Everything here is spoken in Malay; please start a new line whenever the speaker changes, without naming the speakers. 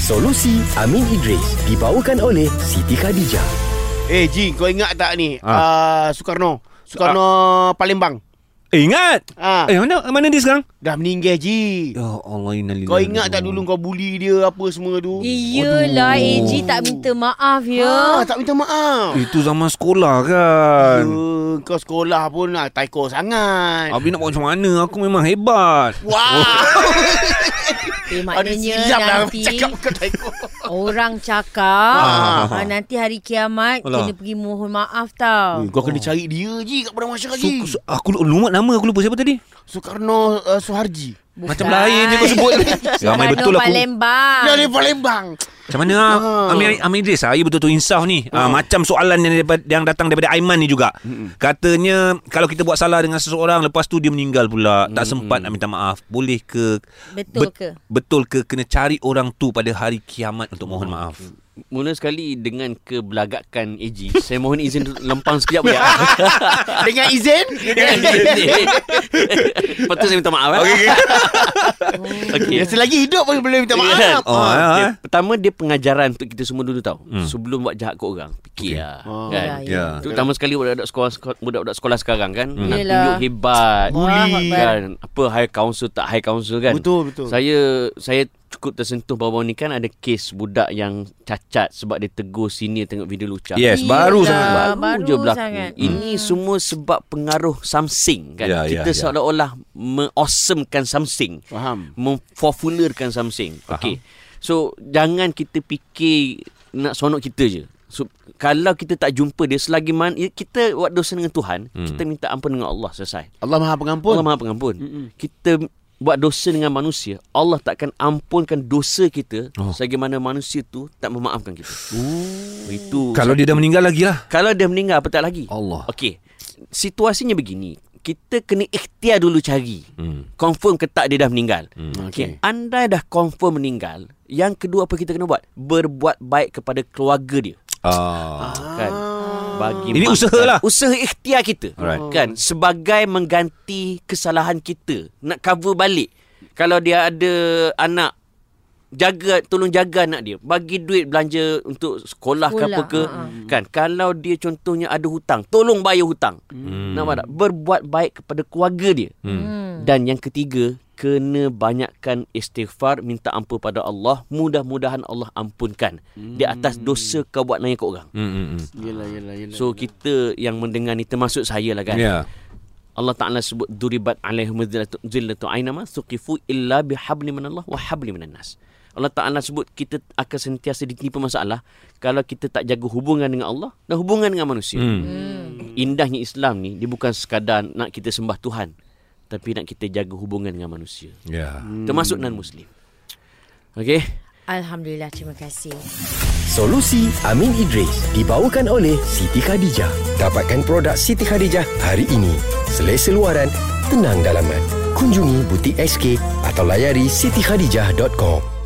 Solusi Amin Idris dibawakan oleh Siti Khadijah.
Eh Ji kau ingat tak ni ha.
Ha.
uh, Soekarno Soekarno Palembang
Eh, ingat.
Ah.
Eh, mana mana dia sekarang?
Dah meninggal Ji
Ya Allah innalillahi.
Kau ingat tak dulu kau bully dia Apa semua tu
Iyalah AG tak minta
Ah,
maaf ya.
tak minta maaf
Itu zaman sekolah kan.
uh, Kau sekolah pun ah, Taiko sangat
Abi nak buat macam mana? Aku memang hebat.
Wow Ada
Eh maknanya
silap lah
nanti
Cakap kau taiko
orang cakap
Ah.
ah. nanti hari kiamat
Alah.
kena pergi mohon maaf tau.
Kau kena cari dia Ji Kat pada masyarakat Ji
Su, su, aku lu- lupa nama aku lupa siapa tadi.
Soekarno uh, Suharji
Bukan.
Macam lain je kau sebut. Ramai
Soekarno
betul aku.
Palembang.
Dari Palembang
Macam mana ah? Amir, Amir Idris Saya betul-betul insaf ni ah, Macam soalan yang, daripada, yang datang daripada Aiman ni juga Katanya Kalau kita buat salah dengan seseorang Lepas tu dia meninggal pula Tak sempat nak minta maaf Boleh ke
Betul ke?
Betul ke Kena cari orang tu pada hari kiamat Untuk mohon maaf
Mula sekali dengan kebelagakan AG Saya mohon izin lempang sekejap boleh Kan?
Dengan izin
Lepas tu saya minta maaf eh? Okay,
Hmm.
okay. Selagi hidup pun boleh minta maaf
Oh,
Ah,
ya,
dia,
eh.
Pertama dia pengajaran untuk kita semua dulu tau
Hmm.
Sebelum buat jahat ke orang Fikir lah
Oh.
kan?
Yalah,
Ya.
Terutama sekali budak-budak sekolah, sekolah- budak-budak sekolah sekarang kan
Hmm.
Nak
Yelah.
tunjuk hebat
Allahu
Bully.
Akbar.
kan apa high council tak high council kan
Betul, betul.
saya saya cukup tersentuh bahawa ni kan ada kes budak yang cacat sebab dia tegur senior tengok video
Ya,
lucah
Yes Baru
Yelah.
sangat
Ah,
baru,
baru
baru je berlaku
sangat.
sangat. Hmm. ini semua sebab pengaruh something kan
Ya,
yeah,
ya,
kita
ya.
yeah, seolah-olah meawesomekan something
Faham.
mempopularkan something okey so jangan kita fikir nak sonok kita je So, kalau kita tak jumpa dia selagi man ya, kita buat dosa dengan Tuhan, hmm. kita minta ampun dengan Allah selesai.
Allah Maha
Pun.
Pengampun
Allah Maha Pengampun. Mm-mm. Kita buat dosa dengan manusia, Allah takkan ampunkan dosa kita oh. sebagaimana manusia tu tak memaafkan kita. Ooh. Itu
Kalau dia dah meninggal lagi lah
kalau dia meninggal apa tak lagi?
Allah.
Okey. Situasinya begini. Kita kena ikhtiar dulu cari. Hmm. Confirm ke tak dia dah meninggal. Hmm. Okey.
Okey.
Andai dah confirm meninggal, yang kedua apa kita kena buat? Berbuat baik kepada keluarga dia.
ah.
Kan? Bagi
Ini
mak-
usaha lah.
Usaha ikhtiar kita.
Alright.
Kan? Sebagai mengganti kesalahan kita. Nak cover balik. Kalau dia ada anak jaga tolong jaga anak dia bagi duit belanja untuk sekolah ke
Sekolah,
apa ke
ha-ha.
kan kalau dia contohnya ada hutang tolong bayar hutang hmm. nampak tak berbuat baik kepada keluarga dia hmm. dan yang ketiga kena banyakkan istighfar minta ampun pada Allah mudah-mudahan Allah ampunkan hmm. di atas dosa kau buat lain kat orang
mm, mm, mm.
Yelah yelah yelah
So kita yang mendengar ni termasuk saya lah kan.
Ya
Allah Taala sebut duribat alaihim zillatu zillatu ainama suqifu illa bihabli minallah wa habli minan nas. Allah Taala sebut kita akan sentiasa ditimpa masalah kalau kita tak jaga hubungan dengan Allah dan hubungan dengan manusia. Hmm. Indahnya Islam ni dia bukan sekadar nak kita sembah Tuhan tapi nak kita jaga hubungan dengan manusia.
Ya
Hmm. Termasuk non muslim. Okey.
Alhamdulillah terima kasih.
Solusi Amin Idris dibawakan oleh Siti Khadijah. Dapatkan produk Siti Khadijah hari ini. Selesa luaran, tenang dalaman. Kunjungi butik SK atau layari sitikhadijah.com.